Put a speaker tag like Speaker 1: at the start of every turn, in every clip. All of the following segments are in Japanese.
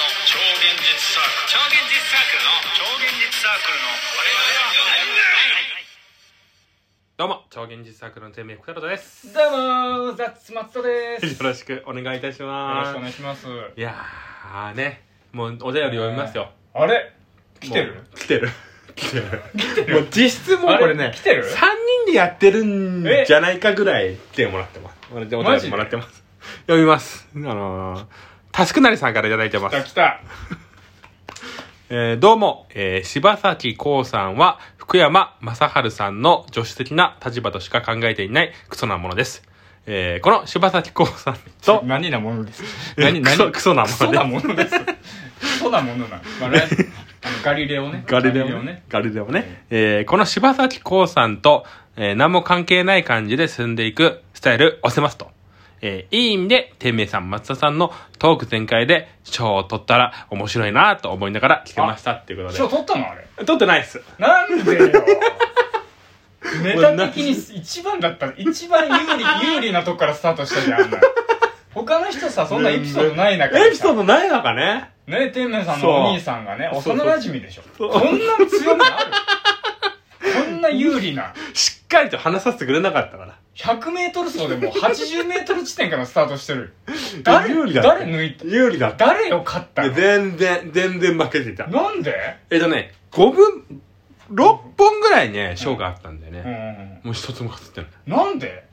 Speaker 1: 超現実サーク
Speaker 2: 現実サークル
Speaker 1: ルの
Speaker 2: 超現実サークルの我
Speaker 3: どうも超現実サークルの天命福太郎です
Speaker 4: どうもーザッツ松戸で
Speaker 3: よ
Speaker 4: す。よ
Speaker 3: ろしくお願いいたし
Speaker 4: ろ
Speaker 3: ま
Speaker 4: し
Speaker 3: す
Speaker 4: くお願いします。
Speaker 3: いやーねもうお便り読みますよ、
Speaker 4: あれ来て
Speaker 3: も
Speaker 4: る
Speaker 3: う来てる来てるもう実質もうこれ
Speaker 4: あ
Speaker 3: ね
Speaker 4: 来てる
Speaker 3: 3人でやってるんじゃないかぐらい来てもらってますお便
Speaker 4: マ
Speaker 3: り
Speaker 4: ジ
Speaker 3: もらってます読みますあのー、タスクなりさんからいただいてま
Speaker 4: 来た来
Speaker 3: す
Speaker 4: た。
Speaker 3: えーどうも、えー柴崎幸さんは福山雅治さんの助手的な立場としか考えていないクソなものです。えーこの柴崎幸さんと、
Speaker 4: 何なものです
Speaker 3: え
Speaker 4: 何
Speaker 3: ク
Speaker 4: 何
Speaker 3: ソクソなも
Speaker 4: クソな
Speaker 3: ので
Speaker 4: ものです。クソなものな。まあ、ラあのガリレオね。
Speaker 3: ガリレオね。。ガリレオね。えーこの柴崎幸さんと、えー何も関係ない感じで進んでいくスタイル押せますと。えーいい意味で、天明さん、松田さんのトーク全開で賞を取ったら面白いなと思いながら聞けましたっていうこと
Speaker 4: 賞取ったのあれ。
Speaker 3: で。取ってないっす。
Speaker 4: なんで よ。ネタ的に一番だった一番有 利、有利なとこからスタートしたじゃんあんな。他の人さ、そんなエピソードない中でさ
Speaker 3: エピソードないのかね
Speaker 4: ね天明さん
Speaker 3: そう
Speaker 4: のお兄さんがね
Speaker 3: そうそう
Speaker 4: 幼馴染でしょ
Speaker 3: う
Speaker 4: こんな強みあるこんな有利な
Speaker 3: しっかりと話させてくれなかったから。
Speaker 4: 100m 走でもう 80m 地点からスタートして る誰
Speaker 3: 有利だった
Speaker 4: 誰抜いた
Speaker 3: 有利だった。
Speaker 4: 誰よ勝った
Speaker 3: で
Speaker 4: の
Speaker 3: 全然、全然負けてた。
Speaker 4: なんで
Speaker 3: えっとね、5分、6本ぐらいね、賞があったんだよ
Speaker 4: う
Speaker 3: ね。
Speaker 4: ん
Speaker 3: もう一つも勝ってない。
Speaker 4: なんで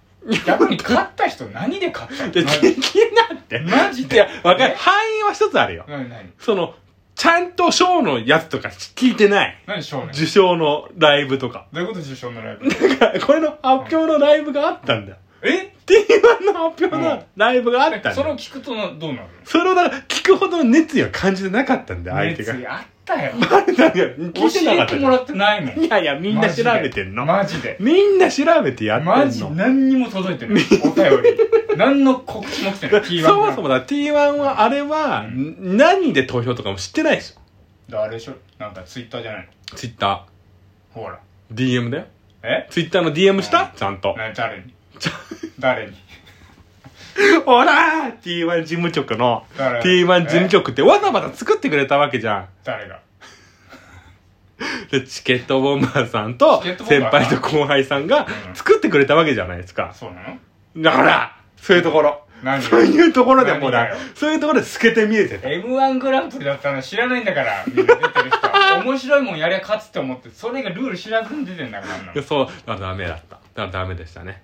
Speaker 4: 逆に勝った人何で勝ったの
Speaker 3: で、気になって。
Speaker 4: マジで
Speaker 3: いや、わかる。
Speaker 4: え
Speaker 3: 範囲は一つあるよ。
Speaker 4: 何何
Speaker 3: その、ちゃんと賞のやつとか聞いてない。
Speaker 4: 何少年
Speaker 3: 受賞のライブとか。
Speaker 4: どういうこと受賞のライブ
Speaker 3: だからこれの発表のライブがあったんだよ。
Speaker 4: え
Speaker 3: T1 の発表のライブがあったんだよ。
Speaker 4: それを聞くとなどうなる
Speaker 3: それをだから聞くほどの熱意は感じてなかったんだよ、相手
Speaker 4: 熱
Speaker 3: が。
Speaker 4: 意あった よ
Speaker 3: 聞いてなか
Speaker 4: 教え
Speaker 3: った
Speaker 4: て
Speaker 3: じ
Speaker 4: も
Speaker 3: ゃん
Speaker 4: らってないもん
Speaker 3: いやいや、みんな調べてんの。
Speaker 4: マジで
Speaker 3: みんな調べてやってんの。
Speaker 4: マジ何にも届いてないお便り何の告知も来てない T1
Speaker 3: そもそもだ、T1 は、あれは、ん何で投票とかも知ってないでしょ。
Speaker 4: だあれでしょなんかツイッターじゃないの
Speaker 3: Twitter、
Speaker 4: ほら
Speaker 3: DM だよ。
Speaker 4: え
Speaker 3: Twitter の DM したちゃん と。
Speaker 4: な誰に誰に
Speaker 3: ほらー !T1 事務局の、
Speaker 4: 誰
Speaker 3: T1 事務局ってわざわざ作ってくれたわけじゃん。
Speaker 4: 誰が
Speaker 3: でチケットボンバーさんと
Speaker 4: チケット、ボン
Speaker 3: 先
Speaker 4: バーさん
Speaker 3: 輩と後輩さんが
Speaker 4: うん
Speaker 3: 作ってくれたわけじゃないですか。
Speaker 4: そうなの
Speaker 3: だから、そういうところ。
Speaker 4: 何
Speaker 3: そういうところでも
Speaker 4: 何
Speaker 3: うだ
Speaker 4: がよ、
Speaker 3: そういうところで透けて見えてた。
Speaker 4: m 1グランプリだったの知らないんだからみんな出てる人は面白いもんやりゃ勝つって思ってそれがルール知らずに出てんだからあんなの
Speaker 3: いやそう、だからダメだった。だからダメでしたね。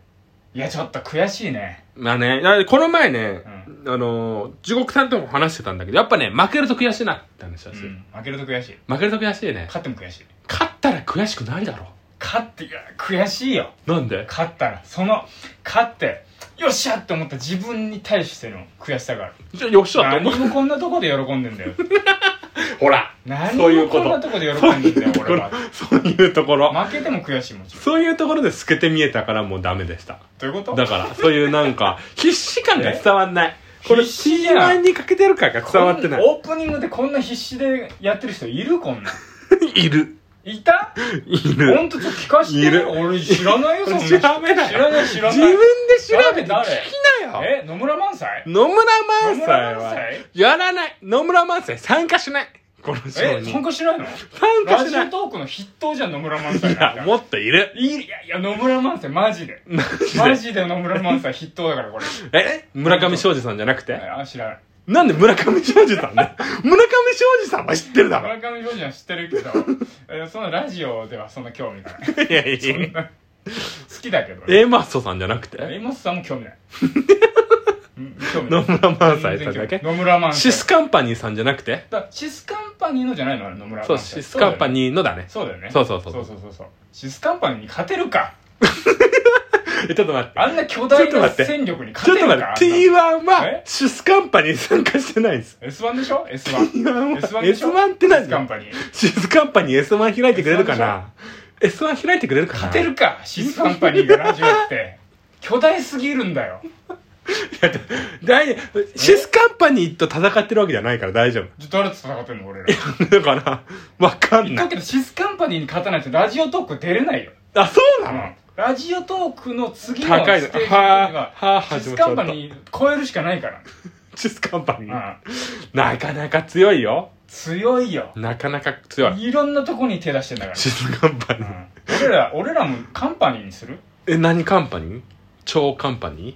Speaker 4: いやちょっと悔しいね
Speaker 3: まあね、だからこの前ね、あのー、地獄さんとも話してたんだけど、やっぱね、負けると悔しいなって話だ
Speaker 4: う
Speaker 3: し、
Speaker 4: ん負けると悔しい
Speaker 3: 負けると悔しいね。
Speaker 4: 勝っても悔しい
Speaker 3: 勝ったら悔しくないだろ。
Speaker 4: 勝っていや悔しいよ
Speaker 3: なんで
Speaker 4: 勝ったらその勝ってよっしゃって思った自分に対しての悔しさがある
Speaker 3: じゃあよっしゃって
Speaker 4: 何
Speaker 3: 思う。
Speaker 4: もこんなとこで喜んでんだよ
Speaker 3: ほら
Speaker 4: 何
Speaker 3: そういう
Speaker 4: も
Speaker 3: こ
Speaker 4: ことんなとこで喜んでんだよ俺は
Speaker 3: そういうところ。
Speaker 4: 負けても悔しいもちろん
Speaker 3: そういうところで透けて見えたからもうダメでした。
Speaker 4: どういうこと
Speaker 3: だから、そういうなんか、 必死感が伝わんない。これ、
Speaker 4: 必死じゃん
Speaker 3: T1 にかけてる感が伝わってな
Speaker 4: こん
Speaker 3: い。
Speaker 4: オープニングでこんな必死でやってる人いるこんなん
Speaker 3: いる。
Speaker 4: いた
Speaker 3: い
Speaker 4: ほ
Speaker 3: る。
Speaker 4: んとちょっと聞かして
Speaker 3: いる
Speaker 4: 俺知らないよそんな人
Speaker 3: 調べない
Speaker 4: 知らない知らない
Speaker 3: 自分で調べ
Speaker 4: 誰
Speaker 3: て聞きなよ。
Speaker 4: え野村萬斎
Speaker 3: 野村萬
Speaker 4: 野村
Speaker 3: 斎
Speaker 4: 萬
Speaker 3: は、
Speaker 4: 斎
Speaker 3: やらない。野村萬斎参加しない。この賞
Speaker 4: え
Speaker 3: に。
Speaker 4: 参加しないの
Speaker 3: 参加
Speaker 4: ラ
Speaker 3: し
Speaker 4: ジ
Speaker 3: な
Speaker 4: オ
Speaker 3: い。
Speaker 4: トークの筆頭じゃん野村萬
Speaker 3: い
Speaker 4: 斎なん
Speaker 3: や、
Speaker 4: か
Speaker 3: もっといる。
Speaker 4: いいいやいや野村萬斎マジでマ
Speaker 3: マジ
Speaker 4: ジで野村萬斎筆頭だ からこれ
Speaker 3: でえ村上昌司さんじゃなくて
Speaker 4: あ知らない
Speaker 3: なんで村上昌司さん ね村上昌司さんは知ってるだろ。
Speaker 4: 村上浩二は知ってるけ どえーそのラジオではそんな興味がない好
Speaker 3: いやい やいや。
Speaker 4: きだけどね
Speaker 3: A マッソさんじゃなくて
Speaker 4: エモスさんも興味ないうん興味な
Speaker 3: 野
Speaker 4: い
Speaker 3: 村萬斎さんだ
Speaker 4: 全然
Speaker 3: け
Speaker 4: 興味ない野村萬
Speaker 3: シ
Speaker 4: 斎
Speaker 3: スカンパニーさんじゃなくて
Speaker 4: だシスカンパニーのじゃないのあれ野村
Speaker 3: そう、
Speaker 4: 萬斎
Speaker 3: シスカンパ
Speaker 4: ー
Speaker 3: ニーのだね。
Speaker 4: そうだよね
Speaker 3: そうそうそう
Speaker 4: そうそうそうそうシスカンパニーに勝てるか
Speaker 3: え、ちょっと待って。
Speaker 4: あんな巨大
Speaker 3: ちょっと
Speaker 4: な
Speaker 3: 待って
Speaker 4: 戦力に勝
Speaker 3: ちょってと
Speaker 4: る
Speaker 3: 待
Speaker 4: か
Speaker 3: って。T1 は
Speaker 4: え、
Speaker 3: シスカンパニー参加してないんです。
Speaker 4: あんな S1 でしょ S1
Speaker 3: T1
Speaker 4: S1
Speaker 3: は、
Speaker 4: でしょ
Speaker 3: S1 って何
Speaker 4: シスカンパニー
Speaker 3: シスカンパニー S1 開いてくれるかな ?S1 開いてくれるかな
Speaker 4: 勝てるかシスカンパニーがラジオって巨大すぎるんだよ
Speaker 3: 大丈夫シスカンパニーと戦ってるわけじゃないから大丈
Speaker 4: じゃ誰と戦ってんの俺ら
Speaker 3: 夫。 だから、わかんな
Speaker 4: だ
Speaker 3: い。
Speaker 4: けどシスカンパニーに勝たないとラジオトーク出れないよ、
Speaker 3: あ、そうな
Speaker 4: う
Speaker 3: の
Speaker 4: ん、ラジオトークの次のス
Speaker 3: 高
Speaker 4: テー
Speaker 3: い
Speaker 4: ジ
Speaker 3: の
Speaker 4: っていうの
Speaker 3: はぁ、は
Speaker 4: が
Speaker 3: ぁ、
Speaker 4: シ
Speaker 3: 始
Speaker 4: ス
Speaker 3: ま
Speaker 4: カンパ
Speaker 3: っちゃっ
Speaker 4: ニー超えるしかないから、
Speaker 3: た。シスカンパニー。
Speaker 4: う
Speaker 3: なかなか強いよ。
Speaker 4: 強いよ
Speaker 3: なかなか強い。
Speaker 4: いろんなとこに手出してんだから、
Speaker 3: 静カンパニ
Speaker 4: う
Speaker 3: ー。
Speaker 4: ん、俺ら俺らもカンパニーにする
Speaker 3: え、何カンパニー超カンパニー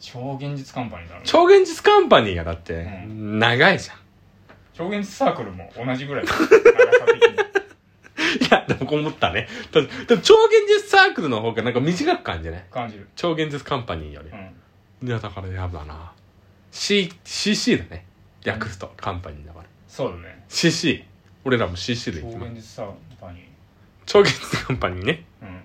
Speaker 4: 超現実カンパニーだろ
Speaker 3: 超現実カンパニーがだって、
Speaker 4: う
Speaker 3: 長いじゃん。
Speaker 4: 超現実サークルも同じぐらいだよ長さ的に
Speaker 3: いや、でも思ったね。だでも超現実サークルの方がなんか短く感じね。
Speaker 4: 感じる
Speaker 3: 超現実カンパニーより
Speaker 4: う。ん
Speaker 3: いや、だからやだな。C、CC だね。略すと、カンパニーだから。
Speaker 4: そうだね
Speaker 3: CC。俺らも CC で
Speaker 4: 超
Speaker 3: 行きま
Speaker 4: 現
Speaker 3: す。
Speaker 4: 実サーカニー
Speaker 3: 超現実カンパニーね。
Speaker 4: うん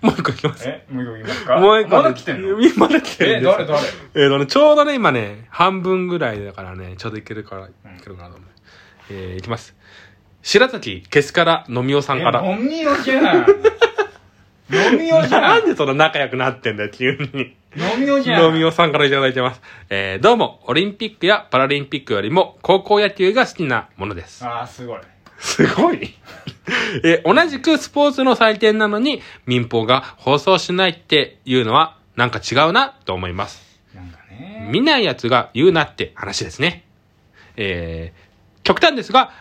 Speaker 3: もう一個行きます。
Speaker 4: えもう一個言いますか
Speaker 3: もう一個、
Speaker 4: まだ来てんの
Speaker 3: まだ来てる
Speaker 4: え
Speaker 3: んです
Speaker 4: 誰誰
Speaker 3: えーとね、ちょうどね、今ね、半分ぐらいだからね、ちょうどいけるから、いけるかなと思う。えー、いきます。白崎、けすから、のみおさん から。
Speaker 4: え飲みよじゃん飲みよじゃ
Speaker 3: なんんでその仲良くなってんだよ、急に。
Speaker 4: 飲みよじゃん
Speaker 3: のみおさんからいただいてます。えー、どうも、オリンピックやパラリンピックよりも、高校野球が好きなものです。
Speaker 4: ああすごい
Speaker 3: すごい。 えー、同じくスポーツの祭典なのに、民放が放送しないっていうのは、なんか違うな、と思います。
Speaker 4: なんかね
Speaker 3: 見ないやつが言うなって話ですね。えー、極端ですが、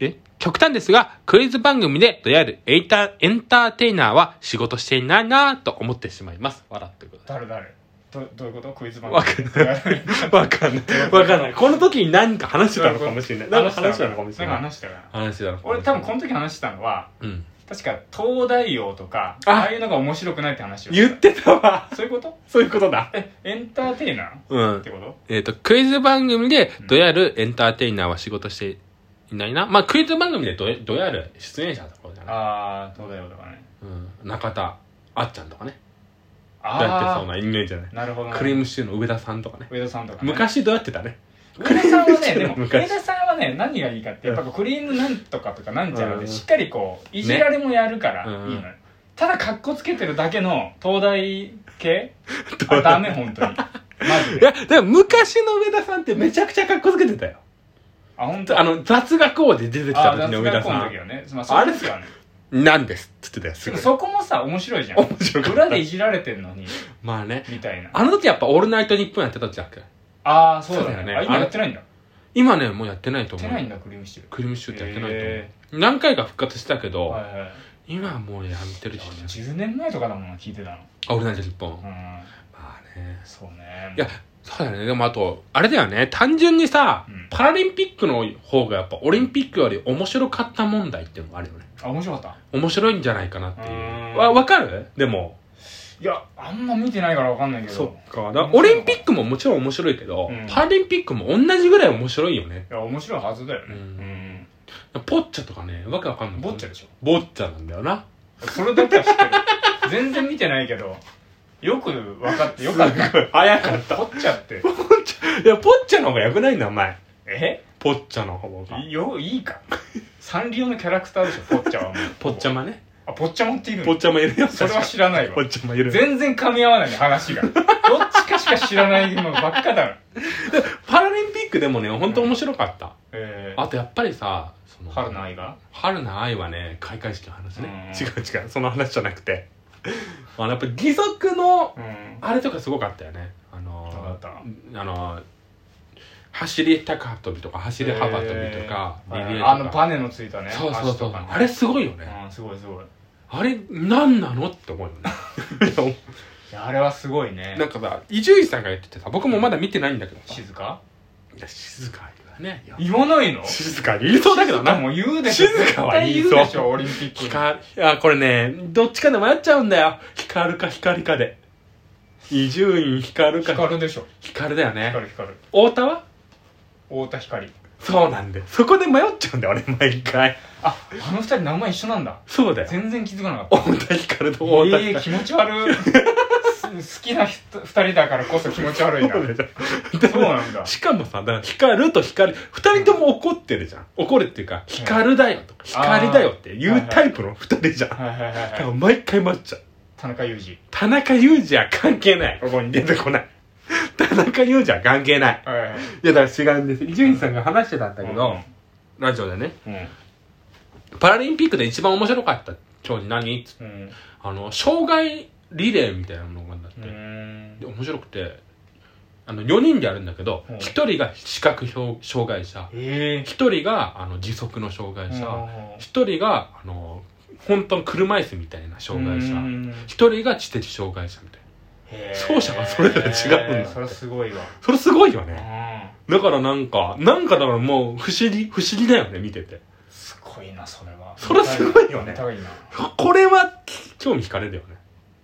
Speaker 3: え極端ですが、クイズ番組で出会えるエイタエンターテイナーは仕事していないなぁと思ってしまいます。笑ってくださ
Speaker 4: 誰
Speaker 3: い。
Speaker 4: 誰どどういうことクイズ番
Speaker 3: わか んない。わかんない。わかんない。この時に何か話してたのかもしれない。何か話してたのかもしれ
Speaker 4: なんか
Speaker 3: ない。
Speaker 4: 話したな
Speaker 3: 話してたのかもし
Speaker 4: 俺
Speaker 3: れな
Speaker 4: 多
Speaker 3: い
Speaker 4: 分この時話したのは
Speaker 3: うん。
Speaker 4: 確か東大王とか
Speaker 3: あ
Speaker 4: ああいうのが面白くないって話を
Speaker 3: 言ってたわ。
Speaker 4: そういうこと
Speaker 3: そういうことだ。
Speaker 4: えエンターテイナー
Speaker 3: う
Speaker 4: っ
Speaker 3: ん
Speaker 4: て。こと
Speaker 3: えっ、と、クイズ番組でどやるエンターテイナーは仕事していないな。まあ、クイズ番組でどどやる出演者とかじゃない。
Speaker 4: ああ東大王とかね
Speaker 3: うん、中田あっちゃんとかねどうやってそう
Speaker 4: あ
Speaker 3: なイメージじゃない
Speaker 4: あなるほどな
Speaker 3: クリームシチューの上田さんとかね
Speaker 4: 上田さんとかね
Speaker 3: 昔どうやってたね
Speaker 4: 上田さんはね
Speaker 3: クリームシチュー
Speaker 4: で
Speaker 3: の
Speaker 4: も
Speaker 3: 昔
Speaker 4: 上田さんはね何がいいかってやっぱこうクリームなんとかとかなんちゃら
Speaker 3: うん
Speaker 4: でしっかりこういじられもやるからいい
Speaker 3: ね
Speaker 4: のよ、ただかっこつけてるだけの東大 系あダメ本当にマジ
Speaker 3: い
Speaker 4: で
Speaker 3: やでも昔の上田さんってめちゃくちゃかっこつけてたよ
Speaker 4: あ本当
Speaker 3: あの雑学王で出てきた
Speaker 4: あ
Speaker 3: 時の上田さ
Speaker 4: よ
Speaker 3: ん
Speaker 4: ね、まあ、そうですよね
Speaker 3: なんですっつってたよ
Speaker 4: で
Speaker 3: すご
Speaker 4: も
Speaker 3: い
Speaker 4: そこもさ面白いじゃん
Speaker 3: 面白かった
Speaker 4: 裏でいじられてんのに
Speaker 3: まあね
Speaker 4: みたいな
Speaker 3: あの時やっぱ「オールナイトニッポン」やってたじゃん
Speaker 4: ああそうだ
Speaker 3: そう
Speaker 4: ね
Speaker 3: だよね
Speaker 4: あ今やってないんだや
Speaker 3: 今ねもうやってないと
Speaker 4: っ
Speaker 3: 思
Speaker 4: て
Speaker 3: う
Speaker 4: ないんだクリームシチュー
Speaker 3: クリームシチューってやってないと思う、
Speaker 4: へ
Speaker 3: 何回か復活したけど、
Speaker 4: はいはい
Speaker 3: 今はもうやめてるしね
Speaker 4: 10年前とかだもんな聞いてたの
Speaker 3: あオールナイトニッポン、
Speaker 4: う
Speaker 3: ま
Speaker 4: ん
Speaker 3: あね
Speaker 4: そうね
Speaker 3: いや、そうだね。でもあと、あれだよね。単純にさ、
Speaker 4: うん
Speaker 3: パラリンピックの方がやっぱオリンピックより面白かった問題っていうのがあるよね。
Speaker 4: あ面白かった
Speaker 3: 面白いんじゃないかなっていう
Speaker 4: ー
Speaker 3: う。
Speaker 4: ん
Speaker 3: わ、わかるでも。
Speaker 4: いやあんま見てないからわかんないけど
Speaker 3: っか。だからオリンピックももちろん面白いけど、
Speaker 4: うん
Speaker 3: パラリンピックも同じぐらい面白いよね。
Speaker 4: いや面白いはずだよね
Speaker 3: う
Speaker 4: うん
Speaker 3: ポッチャとかね、わけわかんない。
Speaker 4: ボッチャでしょ
Speaker 3: ボッチャなんだよな。
Speaker 4: それだけは知ってる全然見てないけどよく分かってよかった
Speaker 3: 早かった。
Speaker 4: 取っちゃって
Speaker 3: いや、ポッチャの方が良くないんだ、お前。
Speaker 4: え
Speaker 3: ポッチャの方が。
Speaker 4: よいいかサンリオのキャラクターでしょポッチャはもう
Speaker 3: ポッチャマね。
Speaker 4: あポッチャ持っている
Speaker 3: ポッ
Speaker 4: の
Speaker 3: チャマいるよ。
Speaker 4: それは
Speaker 3: 確か
Speaker 4: 知らない
Speaker 3: ポ
Speaker 4: わ
Speaker 3: ッチャマいる。
Speaker 4: 全然噛み合わないね話がどっちかしか知らないのばっかだな
Speaker 3: パラリンピックでもね、本当面白かった。
Speaker 4: えー
Speaker 3: あとやっぱりさ、その
Speaker 4: 春の愛が
Speaker 3: 春の愛はね、開会式の話ね。違
Speaker 4: うん
Speaker 3: う違う、その話じゃなくて。 あの、やっぱり義足の、
Speaker 4: うん
Speaker 3: あれとかすごかったよね。あの
Speaker 4: どうだった
Speaker 3: ー、あのー、走り高跳びとか、走り幅跳びとか、
Speaker 4: えー
Speaker 3: リレーとか。
Speaker 4: あのバネのついたね
Speaker 3: そうそう
Speaker 4: 足
Speaker 3: そ
Speaker 4: と
Speaker 3: う。
Speaker 4: かね
Speaker 3: あれすごいよね。
Speaker 4: うんすごいすごい
Speaker 3: あれ、なんなのって思うよね。
Speaker 4: いやあれはすごいね
Speaker 3: なんかさ、伊集院さんが言っててさ、僕もまだ見てないんだけどさ。
Speaker 4: 静か
Speaker 3: いや静かだね。いや
Speaker 4: 言わないの
Speaker 3: 静か言いそうだけどな
Speaker 4: 静か。も言うでしょ
Speaker 3: 静かは言いそ
Speaker 4: 絶対
Speaker 3: う
Speaker 4: 言うでしょオリンピックに
Speaker 3: 光、いや、これね、どっちかで迷っちゃうんだよ。光るか光かで。伊集院光るか
Speaker 4: 光るでしょ
Speaker 3: 光だよね。
Speaker 4: 光る光る
Speaker 3: 太田は
Speaker 4: 太田光
Speaker 3: そうなんで。そこで迷っちゃうんだよ、俺、毎回。
Speaker 4: ああの二人名前一緒なんだ
Speaker 3: そうだよ。
Speaker 4: 全然気づかなかった
Speaker 3: 太田光と太田
Speaker 4: ええ
Speaker 3: 光。
Speaker 4: 気持ち悪いす好きな人二人だからこそ気持ち悪いな
Speaker 3: そうだよ
Speaker 4: そうなんだ
Speaker 3: しかもさ、だから光ると光る、二人とも怒ってるじゃん。怒るっていうか、光るだよとか、光だよっていうタイプの二人じゃん。
Speaker 4: はいはいはい
Speaker 3: だか
Speaker 4: は
Speaker 3: ら
Speaker 4: い
Speaker 3: 毎回迷っちゃう。
Speaker 4: 田中裕二
Speaker 3: 田中裕二は関係ない。ここに出てこない。田中裕二は関係ない。
Speaker 4: はいはいはい
Speaker 3: いやだから違うんです伊集院さんが話してたんだけど、ラジオでね
Speaker 4: うん
Speaker 3: パラリンピックで一番面白かった競技何つって
Speaker 4: うん
Speaker 3: あの障害リレーみたいなのがあんだって、
Speaker 4: うん
Speaker 3: で面白くてあの4人でやるんだけど、
Speaker 4: うん
Speaker 3: 1人が視覚障障害者
Speaker 4: え
Speaker 3: 1人があの時速の障害
Speaker 4: え
Speaker 3: 者1人があの本当の車椅子みたいな障害者1
Speaker 4: 者
Speaker 3: 人が知的障害者みたいな奏者がそれぞれ違うんだ
Speaker 4: それすごいわ
Speaker 3: それすごいよ
Speaker 4: う
Speaker 3: ね
Speaker 4: ん
Speaker 3: だからなんかなんかだからもう不思議不思議だよね見てて
Speaker 4: すごいなそれは
Speaker 3: それすごいよね
Speaker 4: 見たいな
Speaker 3: これは興味惹かれるよね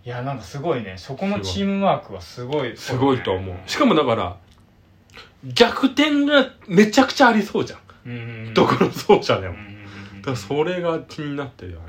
Speaker 4: いやなんかすごいねそこのチームワークはすごい
Speaker 3: すごいと思うしかもだから逆転がめちゃくちゃありそうじゃん
Speaker 4: うん
Speaker 3: どこの奏者で
Speaker 4: う
Speaker 3: もだ
Speaker 4: ん
Speaker 3: からそれが気になってるよね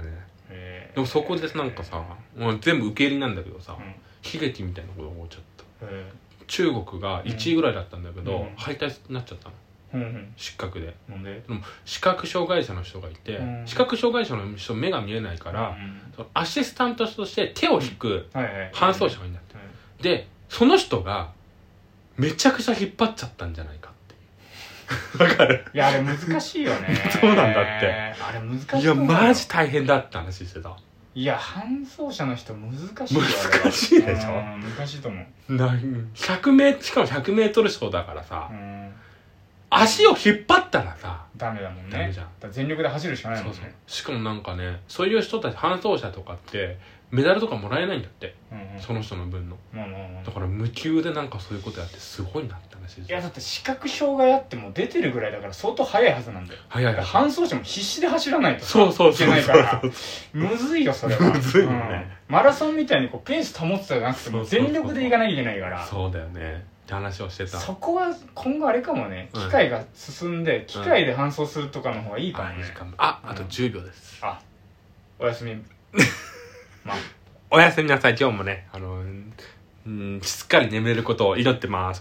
Speaker 4: へえ
Speaker 3: でもそこでなんかさもう全部受け売りなんだけどさ
Speaker 4: うん
Speaker 3: 悲劇みたいなことが起こっちゃった
Speaker 4: へ
Speaker 3: 中国が1位ぐらいだったんだけど、
Speaker 4: うん
Speaker 3: 敗退になっちゃったの
Speaker 4: えうんうん
Speaker 3: 失格で
Speaker 4: なんで
Speaker 3: でも視覚障害者の人がいて、
Speaker 4: うん
Speaker 3: 視覚障害者の人目が見えないから、
Speaker 4: うん
Speaker 3: そのアシスタントとして手を引く
Speaker 4: はいはい
Speaker 3: 搬送車がいいんだって
Speaker 4: うん
Speaker 3: でその人がめちゃくちゃ引っ張っちゃったんじゃない かっていうわかる
Speaker 4: いやあれ難しいよね
Speaker 3: そうなんだって
Speaker 4: あれ難しい
Speaker 3: いやマジ大変だって話してた
Speaker 4: いや搬送車の人難しいよ
Speaker 3: 難しいでしょ
Speaker 4: うん難しいと思う
Speaker 3: な100メしかも 100m 走だからさ、
Speaker 4: うん
Speaker 3: 足を引っ張ったらさ
Speaker 4: ダメだもんね
Speaker 3: ダメじゃん
Speaker 4: だから全力で走るしかない
Speaker 3: そ
Speaker 4: も
Speaker 3: うんそう
Speaker 4: ね
Speaker 3: しかもなんかねそういう人たち搬送者とかってメダルとかもらえないんだって
Speaker 4: うんうん
Speaker 3: その人の分の
Speaker 4: まあまあまあ
Speaker 3: だから無給でなんかそういうことやってすごいなって話
Speaker 4: いやだって視覚障害あってもう出てるぐらいだから相当速いはずなんだよ
Speaker 3: 早い
Speaker 4: だから
Speaker 3: 早い
Speaker 4: 搬送車も必死で走らないと
Speaker 3: そうそう
Speaker 4: いけ
Speaker 3: そう
Speaker 4: ない
Speaker 3: そ
Speaker 4: か
Speaker 3: う
Speaker 4: らむずいよそれは
Speaker 3: むずいよね
Speaker 4: うんマラソンみたいにこうペース保ってたじゃなくてもう
Speaker 3: そうそうそう
Speaker 4: 全力で行かなきゃいけないから
Speaker 3: そうだよねって話をしてた
Speaker 4: そこは今後あれかもね
Speaker 3: うん
Speaker 4: 機械が進んで機械で搬送するとかの方がいいかも
Speaker 3: あ
Speaker 4: ね
Speaker 3: 時間あ
Speaker 4: うん
Speaker 3: あと10秒です
Speaker 4: あおやす みまあ
Speaker 3: おやすみなさい今日もねあのうんしっかり眠れることを祈ってます